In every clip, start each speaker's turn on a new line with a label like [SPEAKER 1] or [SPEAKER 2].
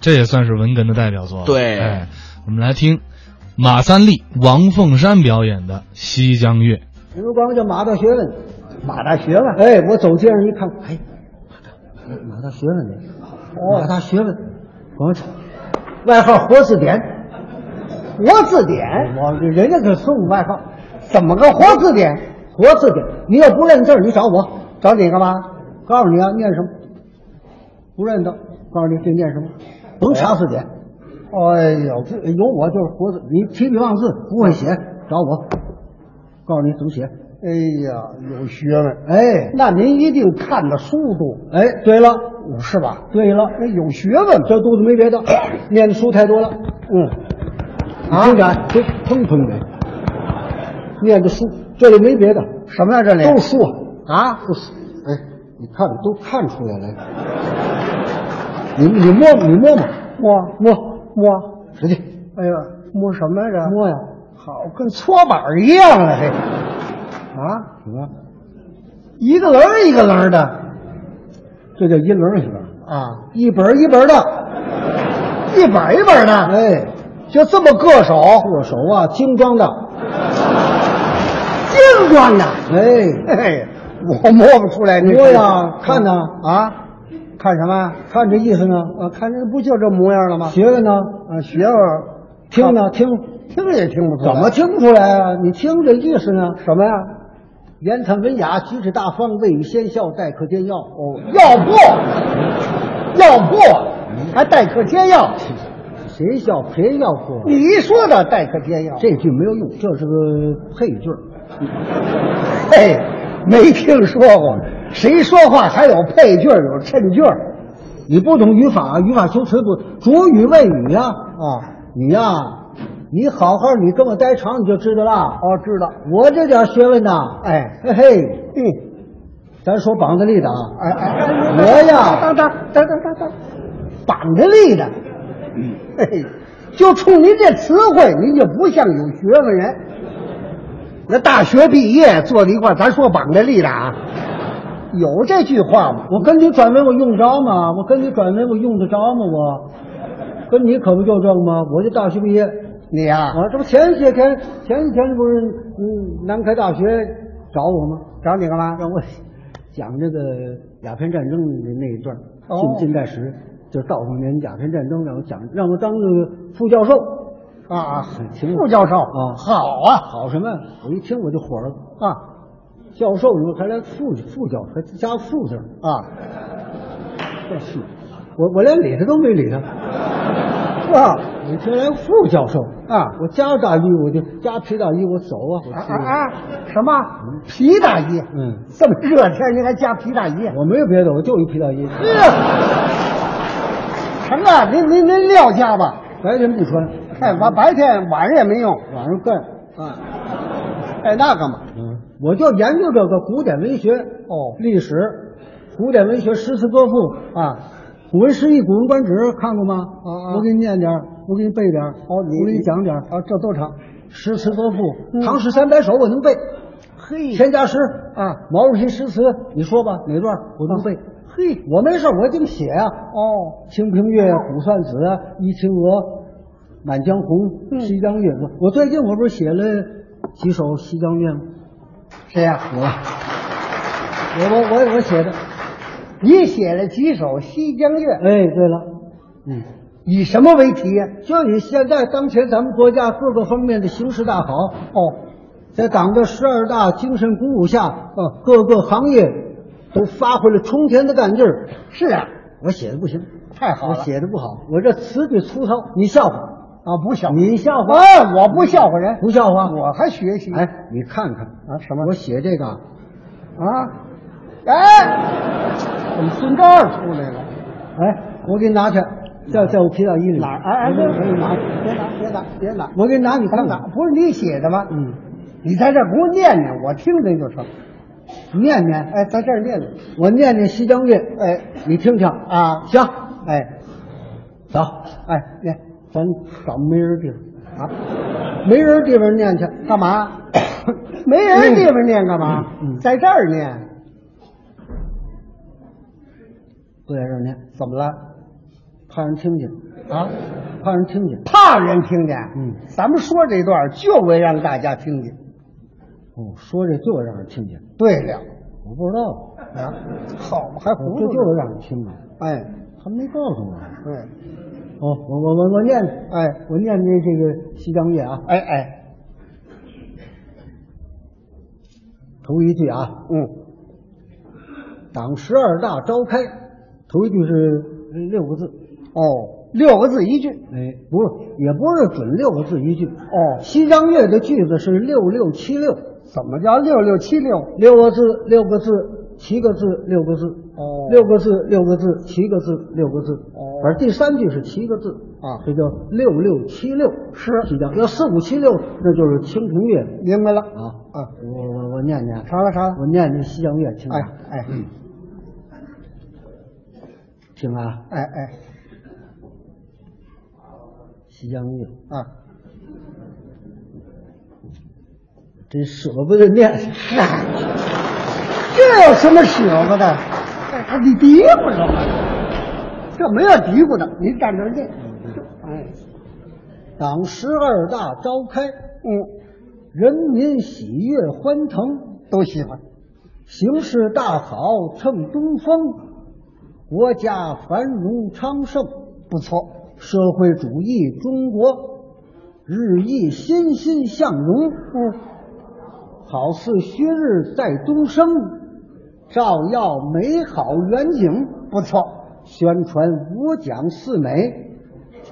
[SPEAKER 1] 这也算是文哏的代表作了。
[SPEAKER 2] 对
[SPEAKER 1] 哎，我们来听马三立、王凤山表演的《西江月》。
[SPEAKER 3] 不光叫马到学问，
[SPEAKER 4] 马大学问，
[SPEAKER 3] 哎，我走街上一看，哎，
[SPEAKER 4] 马大学问呢？
[SPEAKER 3] 哦
[SPEAKER 4] 马大学问，广场，外号活字典，
[SPEAKER 3] 活字典，
[SPEAKER 4] 我人家给送外号，
[SPEAKER 3] 怎么个活字典？
[SPEAKER 4] 活字典。
[SPEAKER 3] 你要不认字儿，你找我，找你干嘛？告诉你啊，念什么？不认得，告诉你这念什么？
[SPEAKER 4] 甭查字典，
[SPEAKER 3] 哎呦，这有我就是活字，你提笔忘字不会写，找我，告诉你怎么写。
[SPEAKER 4] 哎呀，有学问，
[SPEAKER 3] 哎，
[SPEAKER 4] 那您一定看的书多，
[SPEAKER 3] 哎，对了，
[SPEAKER 4] 是吧？
[SPEAKER 3] 对了，
[SPEAKER 4] 那有学问，
[SPEAKER 3] 这肚子没 别的，念的书太多了，
[SPEAKER 4] 嗯，
[SPEAKER 3] 你听着啊，
[SPEAKER 4] 这砰砰的，
[SPEAKER 3] 念的书，这里没别的，
[SPEAKER 4] 什么呀？这里
[SPEAKER 3] 都是书啊。
[SPEAKER 4] 啊，不是，哎，你看都看出来了，你你摸摸你摸摸，
[SPEAKER 3] 摸摸摸，
[SPEAKER 4] 使劲，
[SPEAKER 3] 哎呀，摸什么来着？
[SPEAKER 4] 摸呀，
[SPEAKER 3] 好，跟搓板儿一样啊，这个啊，
[SPEAKER 4] 什么
[SPEAKER 3] 一个棱儿一个棱儿的
[SPEAKER 4] 这叫一棱一棱，
[SPEAKER 3] 啊，一本儿一本儿的，一本儿一本儿的，
[SPEAKER 4] 哎，
[SPEAKER 3] 就这么硌手，
[SPEAKER 4] 握手啊，精装的，
[SPEAKER 3] 精装的，
[SPEAKER 4] 哎，
[SPEAKER 3] 嘿，我摸不出来那
[SPEAKER 4] 摸
[SPEAKER 3] 个
[SPEAKER 4] 呀，看呢
[SPEAKER 3] 啊，看什么？
[SPEAKER 4] 看这意思呢，
[SPEAKER 3] 啊，看这不就这模样了吗？
[SPEAKER 4] 学问呢，
[SPEAKER 3] 啊，学问，
[SPEAKER 4] 听呢听，
[SPEAKER 3] 听也听不出来，嗯
[SPEAKER 4] 怎么听不出来啊？你听这意思呢？
[SPEAKER 3] 什么呀？
[SPEAKER 4] 言谈文雅，举止大方，未雨先笑，待客煎药。哦，
[SPEAKER 3] 要不，要不，还待客煎药？
[SPEAKER 4] 谁笑谁要过？
[SPEAKER 3] 你说的待客煎药，
[SPEAKER 4] 这句没有用，这是个配句儿。
[SPEAKER 3] 嘿，没听说过，谁说话还有配句儿有衬句儿？
[SPEAKER 4] 你不懂语法，语法修辞不主语谓语呀、
[SPEAKER 3] 啊？
[SPEAKER 4] 你呀、你好好你跟我待长，你就知道了。
[SPEAKER 3] 哦，知道。
[SPEAKER 4] 我这点学问呐，
[SPEAKER 3] 哎
[SPEAKER 4] 嘿嘿，
[SPEAKER 3] 嗯，
[SPEAKER 4] 咱说膀子力的啊，
[SPEAKER 3] 哎哎，哎
[SPEAKER 4] 我呀
[SPEAKER 3] 当当当当当当，板着立的，嘿嘿，就冲您这词汇，您就不像有学问人。那大学毕业坐在一块儿，咱说绑着立的啊，有这句话吗？
[SPEAKER 4] 我跟你转文我用得着吗？我跟你转文我用得着吗？我跟你可不就这个吗？我就大学毕业，
[SPEAKER 3] 你呀、
[SPEAKER 4] 啊，这不前些天前几天不是嗯南开大学找我吗？
[SPEAKER 3] 找你干嘛？
[SPEAKER 4] 让我讲这个鸦片战争的那一段，
[SPEAKER 3] 哦
[SPEAKER 4] 近近代史，就是道光年鸦片战争，让我讲，让我当那个副教授。
[SPEAKER 3] 啊，
[SPEAKER 4] 请
[SPEAKER 3] 副教授
[SPEAKER 4] 啊
[SPEAKER 3] 好啊，
[SPEAKER 4] 好什么？我一听我就火了啊！教授，你说还来副副教，还加副字儿
[SPEAKER 3] 啊，
[SPEAKER 4] 这是我我连理他都没理他。啊！你听来副教授
[SPEAKER 3] 啊
[SPEAKER 4] 我加大衣我就加皮大衣我走啊！我
[SPEAKER 3] 啊
[SPEAKER 4] 去
[SPEAKER 3] 啊啊！什么皮大衣？
[SPEAKER 4] 嗯
[SPEAKER 3] 这么热天您还加皮大衣？
[SPEAKER 4] 我没有别的，我就一皮大衣，
[SPEAKER 3] 呵，成啊，您您您撂家吧。
[SPEAKER 4] 白天不穿，
[SPEAKER 3] 哎，白白天晚上也没用
[SPEAKER 4] 晚上干。
[SPEAKER 3] 啊。哎，那干嘛？
[SPEAKER 4] 嗯，我就研究这个古典文学
[SPEAKER 3] 哦
[SPEAKER 4] 历史，古典文学诗词歌赋
[SPEAKER 3] 啊，
[SPEAKER 4] 古文诗意、古文观止看过吗？
[SPEAKER 3] 啊啊
[SPEAKER 4] 我给你念点儿，我给你背点儿，
[SPEAKER 3] 哦你
[SPEAKER 4] 我给你讲点儿。
[SPEAKER 3] 啊，这都成。
[SPEAKER 4] 诗词歌赋，
[SPEAKER 3] 嗯
[SPEAKER 4] 唐诗三百首我能背，
[SPEAKER 3] 嘿
[SPEAKER 4] 田家诗
[SPEAKER 3] 啊，
[SPEAKER 4] 毛主席诗词，你说吧，哪段我能背？
[SPEAKER 3] 嘿，
[SPEAKER 4] 我没事儿我净写啊，
[SPEAKER 3] 哦，
[SPEAKER 4] 《清平乐》《卜算子》啊，《伊青娥》《满江红》《
[SPEAKER 3] 嗯
[SPEAKER 4] 西江月》我我最近我不是写了几首《西江月》吗？
[SPEAKER 3] 谁呀、
[SPEAKER 4] 我我我我我写的。
[SPEAKER 3] 你写了几首《西江月》？
[SPEAKER 4] 哎，对了。
[SPEAKER 3] 嗯，以什么为题呀、
[SPEAKER 4] 就以现在当前咱们国家各个方面的形势大好哦，在党的十二大精神鼓舞下，呃，各个行业都发挥了冲天的干劲儿。
[SPEAKER 3] 是啊，
[SPEAKER 4] 我写的不行，
[SPEAKER 3] 太好
[SPEAKER 4] 我
[SPEAKER 3] 了
[SPEAKER 4] 写的不好，我这词句粗糙，你笑话，
[SPEAKER 3] 啊，不笑话
[SPEAKER 4] 你笑话，
[SPEAKER 3] 啊，我不笑话人，
[SPEAKER 4] 不笑话，
[SPEAKER 3] 我还学习。
[SPEAKER 4] 哎，你看看啊，什么？我写这个啊，
[SPEAKER 3] 啊，哎，怎么从这儿出来了？
[SPEAKER 4] 哎，我给你拿去，在在我皮大衣里
[SPEAKER 3] 哪儿？哎哎，
[SPEAKER 4] 我给你拿，
[SPEAKER 3] 别拿，别拿，别拿，
[SPEAKER 4] 我给你拿，你
[SPEAKER 3] 别
[SPEAKER 4] 看
[SPEAKER 3] 拿！
[SPEAKER 4] 看，
[SPEAKER 3] 不是你写的吗？
[SPEAKER 4] 嗯，
[SPEAKER 3] 你在这儿给我念念，我听听就成。
[SPEAKER 4] 念念，
[SPEAKER 3] 哎，在这儿念念。
[SPEAKER 4] 我念念《西江月》，
[SPEAKER 3] 哎，
[SPEAKER 4] 你听听
[SPEAKER 3] 啊
[SPEAKER 4] 行，
[SPEAKER 3] 哎，
[SPEAKER 4] 走，
[SPEAKER 3] 哎，念
[SPEAKER 4] 咱找没人地儿。
[SPEAKER 3] 啊，
[SPEAKER 4] 没人地方念去，
[SPEAKER 3] 干嘛？没人地方念干嘛？
[SPEAKER 4] 嗯嗯
[SPEAKER 3] 在这儿念，
[SPEAKER 4] 不在这儿念，
[SPEAKER 3] 怎么了？
[SPEAKER 4] 怕人听见。啊，怕人听见。
[SPEAKER 3] 怕人听见。
[SPEAKER 4] 嗯，
[SPEAKER 3] 咱们说这段就为让大家听见。
[SPEAKER 4] 哦，说这就让人听见，
[SPEAKER 3] 对了，
[SPEAKER 4] 我不知道，
[SPEAKER 3] 啊，好嘛，还糊
[SPEAKER 4] 这
[SPEAKER 3] 涂
[SPEAKER 4] 就
[SPEAKER 3] 呢。
[SPEAKER 4] 让人听见，
[SPEAKER 3] 哎，
[SPEAKER 4] 还没告诉我。
[SPEAKER 3] 对，
[SPEAKER 4] 哦，我我我我念，
[SPEAKER 3] 哎，
[SPEAKER 4] 我念这这个西江月啊，
[SPEAKER 3] 哎哎，
[SPEAKER 4] 头一句啊，
[SPEAKER 3] 嗯，
[SPEAKER 4] 党十二大召开，头一句是呃六个字，
[SPEAKER 3] 哦，六个字一句。
[SPEAKER 4] 哎，不是，也不是准六个字一句。
[SPEAKER 3] 哦，
[SPEAKER 4] 西江月的句子是六六七六，
[SPEAKER 3] 怎么叫六六七六？
[SPEAKER 4] 六个字，六个字，七个字，六个字，
[SPEAKER 3] 哦
[SPEAKER 4] 六个字，六个字，七个字，六个字，
[SPEAKER 3] 哦
[SPEAKER 4] 反正第三句是七个字
[SPEAKER 3] 啊
[SPEAKER 4] 这叫六六七六，
[SPEAKER 3] 是
[SPEAKER 4] 西江要四五七六，那就是清平乐了
[SPEAKER 3] 明白了
[SPEAKER 4] 啊
[SPEAKER 3] 啊，
[SPEAKER 4] 我我我念念，
[SPEAKER 3] 啥了啥了？
[SPEAKER 4] 我念念西江月，听啊
[SPEAKER 3] 哎哎
[SPEAKER 4] 听啊，
[SPEAKER 3] 哎哎
[SPEAKER 4] 西江月，
[SPEAKER 3] 啊！
[SPEAKER 4] 真舍不得念，
[SPEAKER 3] 嗨， 这有什么舍不得？哎，你嘀咕什么？这没有嘀咕的，你站这儿念。哎，
[SPEAKER 4] 嗯党十二大召开，
[SPEAKER 3] 嗯，
[SPEAKER 4] 人民喜悦欢腾，
[SPEAKER 3] 都喜欢。
[SPEAKER 4] 形势大好趁东风，国家繁荣昌盛，
[SPEAKER 3] 不错，
[SPEAKER 4] 社会主义中国日益欣欣向荣，嗯，好似旭日在东升，照耀美好远景。
[SPEAKER 3] 不错，
[SPEAKER 4] 宣传五讲四美，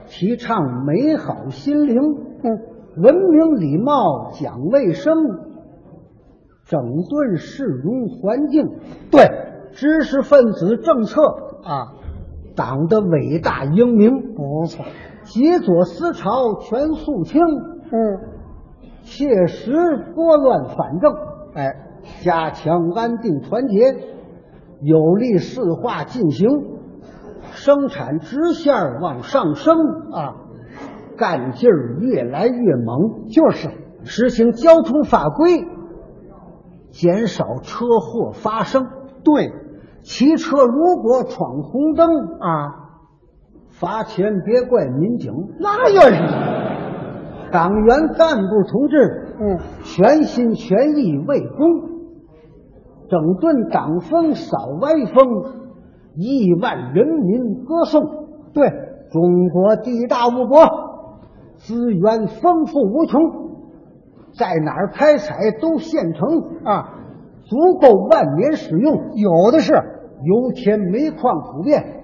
[SPEAKER 4] 提倡美好心灵，嗯，文明礼貌讲卫生，整顿市容环境，对知识分子政策啊，党的伟大英明，
[SPEAKER 3] 不错。
[SPEAKER 4] 极左思潮全肃清，
[SPEAKER 3] 嗯，
[SPEAKER 4] 切实拨乱反正，
[SPEAKER 3] 哎，
[SPEAKER 4] 加强安定团结，有力市化进行，生产直线往上升啊，干劲儿越来越猛。就是实行交通法规，减少车祸发生。对，骑车如果闯红灯啊，罚钱别怪民警。
[SPEAKER 3] 那又是
[SPEAKER 4] 党员干部同志，
[SPEAKER 3] 嗯，
[SPEAKER 4] 全心全意为公，整顿党风，扫歪风，亿万人民歌颂。对中国地大物博，资源丰富无穷，在哪儿开采都现成啊，足够万年使用。有的是油田、煤矿普遍，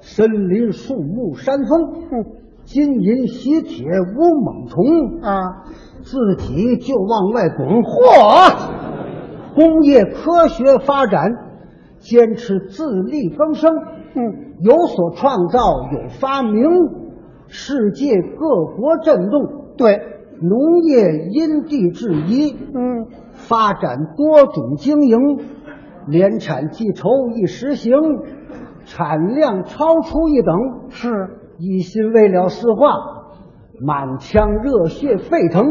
[SPEAKER 4] 森林、树木、山峰，嗯，金银喜铁无猛虫啊，自己就往外拱。嚯！工业科学发展，坚持自力更生，嗯，有所创造，有发明，世界各国震动，对农业因地制宜，嗯，发展多种经营，联产计酬一实行，产量超出一等，是一心为了四化，满腔热血沸腾，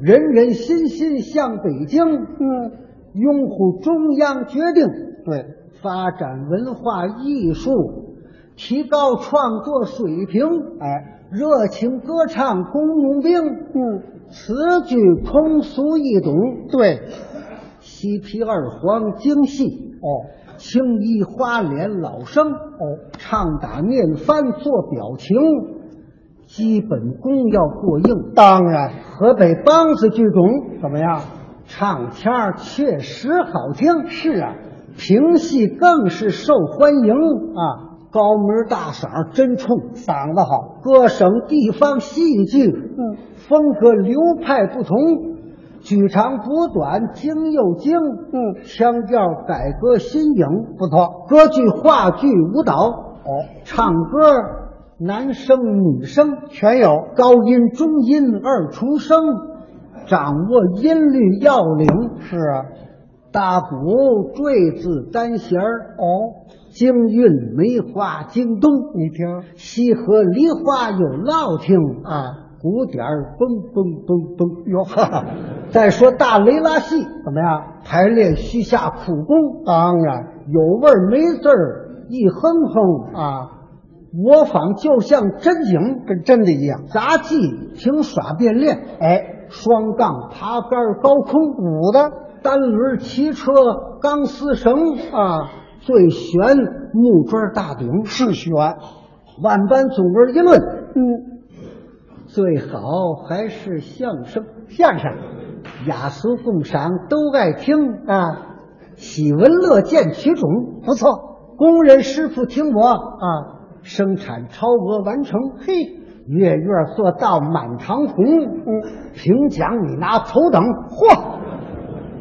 [SPEAKER 4] 人人心心向北京。嗯，拥护中央决定，
[SPEAKER 3] 对，
[SPEAKER 4] 发展文化艺术，提高创作水平。
[SPEAKER 3] 哎，
[SPEAKER 4] 热情歌唱工农兵，嗯，此举通俗易懂。
[SPEAKER 3] 对，
[SPEAKER 4] 西皮二黄京戏，
[SPEAKER 3] 哦，
[SPEAKER 4] 青衣花脸老生，哦，唱打念翻做表情，基本功要过硬。
[SPEAKER 3] 当然，
[SPEAKER 4] 河北梆子剧种
[SPEAKER 3] 怎么样？
[SPEAKER 4] 唱腔儿确实好听，是啊，评戏更是受欢迎啊，高门大嗓儿真冲，
[SPEAKER 3] 嗓子好，
[SPEAKER 4] 各省地方戏剧，嗯，风格流派不同，举长补短，精又精，嗯，腔调改革新颖，
[SPEAKER 3] 不错。
[SPEAKER 4] 歌剧、话剧、舞蹈，
[SPEAKER 3] 哦，
[SPEAKER 4] 唱歌男生女生
[SPEAKER 3] 全有。
[SPEAKER 4] 高音、中音二重声，掌握音律要领，
[SPEAKER 3] 是啊，
[SPEAKER 4] 大鼓、坠子、单弦儿，
[SPEAKER 3] 哦，
[SPEAKER 4] 京韵梅花京东，
[SPEAKER 3] 你听
[SPEAKER 4] 西河梨花有烙听，
[SPEAKER 3] 啊，
[SPEAKER 4] 鼓点儿嘣嘣嘣嘣。
[SPEAKER 3] 哟呵，
[SPEAKER 4] 再说大雷拉戏
[SPEAKER 3] 怎么样？
[SPEAKER 4] 排练须下苦功，
[SPEAKER 3] 当然
[SPEAKER 4] 有味儿没字儿，一哼哼，
[SPEAKER 3] 啊，
[SPEAKER 4] 模仿就像真景，
[SPEAKER 3] 跟真的一样。
[SPEAKER 4] 杂技、平耍、变练，
[SPEAKER 3] 哎，
[SPEAKER 4] 双杠、爬杆、高空
[SPEAKER 3] 舞的
[SPEAKER 4] 单轮骑车、钢丝绳、
[SPEAKER 3] 啊，
[SPEAKER 4] 最悬木桩大顶，
[SPEAKER 3] 是悬。
[SPEAKER 4] 万般总而一论，
[SPEAKER 3] 嗯，
[SPEAKER 4] 最好还是相声，
[SPEAKER 3] 相声
[SPEAKER 4] 雅俗共赏都爱听，
[SPEAKER 3] 啊，
[SPEAKER 4] 喜闻乐见其种。
[SPEAKER 3] 不错
[SPEAKER 4] 工人师傅听我，
[SPEAKER 3] 啊，
[SPEAKER 4] 生产超额完成，嘿，月月做到满堂红，嗯，评奖你拿头等，嚯！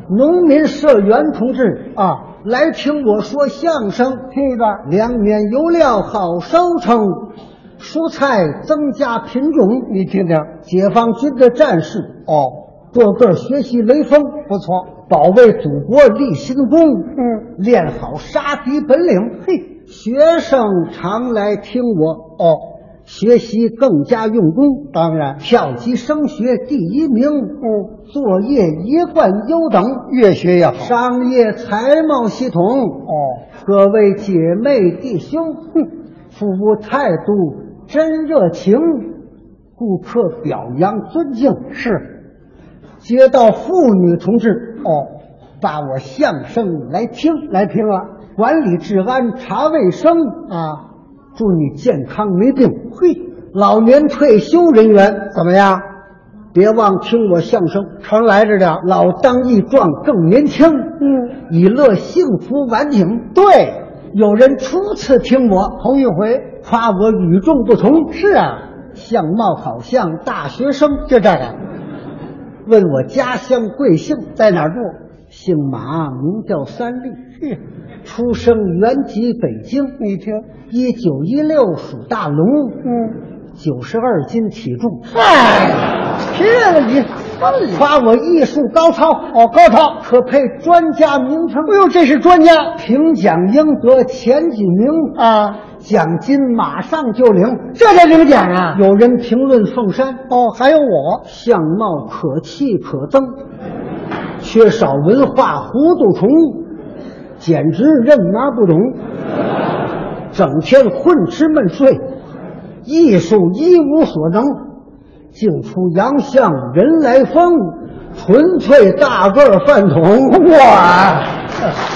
[SPEAKER 4] 农民社员同志
[SPEAKER 3] 啊，
[SPEAKER 4] 来听我说相声，
[SPEAKER 3] 这个
[SPEAKER 4] 粮棉油料好收成，蔬菜增加品种。
[SPEAKER 3] 你听听，
[SPEAKER 4] 解放军的战士
[SPEAKER 3] 哦，
[SPEAKER 4] 个个学习雷锋，
[SPEAKER 3] 不错，
[SPEAKER 4] 保卫祖国立新功。
[SPEAKER 3] 嗯，
[SPEAKER 4] 练好杀敌本领。嘿，学生常来听我
[SPEAKER 3] 哦，
[SPEAKER 4] 学习，更加用功。
[SPEAKER 3] 当然，
[SPEAKER 4] 跳级升学第一名，
[SPEAKER 3] 嗯，
[SPEAKER 4] 作业一贯优等，
[SPEAKER 3] 越学越好。
[SPEAKER 4] 商业财贸系统。
[SPEAKER 3] 哦，
[SPEAKER 4] 各位姐妹弟兄，哼，服务态度真热情，顾客表扬尊敬。
[SPEAKER 3] 是
[SPEAKER 4] 街道妇女同志，
[SPEAKER 3] 哦，
[SPEAKER 4] 把我相声来听，啊
[SPEAKER 3] 来听了
[SPEAKER 4] 管理治安，查卫生，
[SPEAKER 3] 啊，
[SPEAKER 4] 祝你健康没病。嘿，老年退休人员
[SPEAKER 3] 怎么样？
[SPEAKER 4] 别忘听我相声，
[SPEAKER 3] 常来着点。
[SPEAKER 4] 老当益壮更年轻，
[SPEAKER 3] 嗯，
[SPEAKER 4] 以乐幸福晚景。
[SPEAKER 3] 对，
[SPEAKER 4] 有人初次听我，
[SPEAKER 3] 头一回
[SPEAKER 4] 夸我与众不同，
[SPEAKER 3] 是啊，
[SPEAKER 4] 相貌好像大学生，
[SPEAKER 3] 就这个，
[SPEAKER 4] 问我家乡贵姓，
[SPEAKER 3] 在哪儿住？
[SPEAKER 4] 姓马，名叫三立，
[SPEAKER 3] 嘿，
[SPEAKER 4] 出生原籍北京，
[SPEAKER 3] 你听，
[SPEAKER 4] 一九一六属大龙，
[SPEAKER 3] 嗯，
[SPEAKER 4] 九十二斤体重，
[SPEAKER 3] 嗨，这个你分了。
[SPEAKER 4] 夸我艺术高超，
[SPEAKER 3] 哦，高超。
[SPEAKER 4] 可配专家名称
[SPEAKER 3] 哎，呦，这是专家
[SPEAKER 4] 评奖应得前几名，
[SPEAKER 3] 啊，
[SPEAKER 4] 奖金马上就领。
[SPEAKER 3] 这才领奖啊！
[SPEAKER 4] 有人评论凤山
[SPEAKER 3] 哦，还有我，
[SPEAKER 4] 相貌可气可憎， 缺少文化糊涂虫，简直认妈不懂，整天混吃闷睡，艺术一无所能，净出洋相人来疯，纯粹大个儿饭桶。
[SPEAKER 3] 我。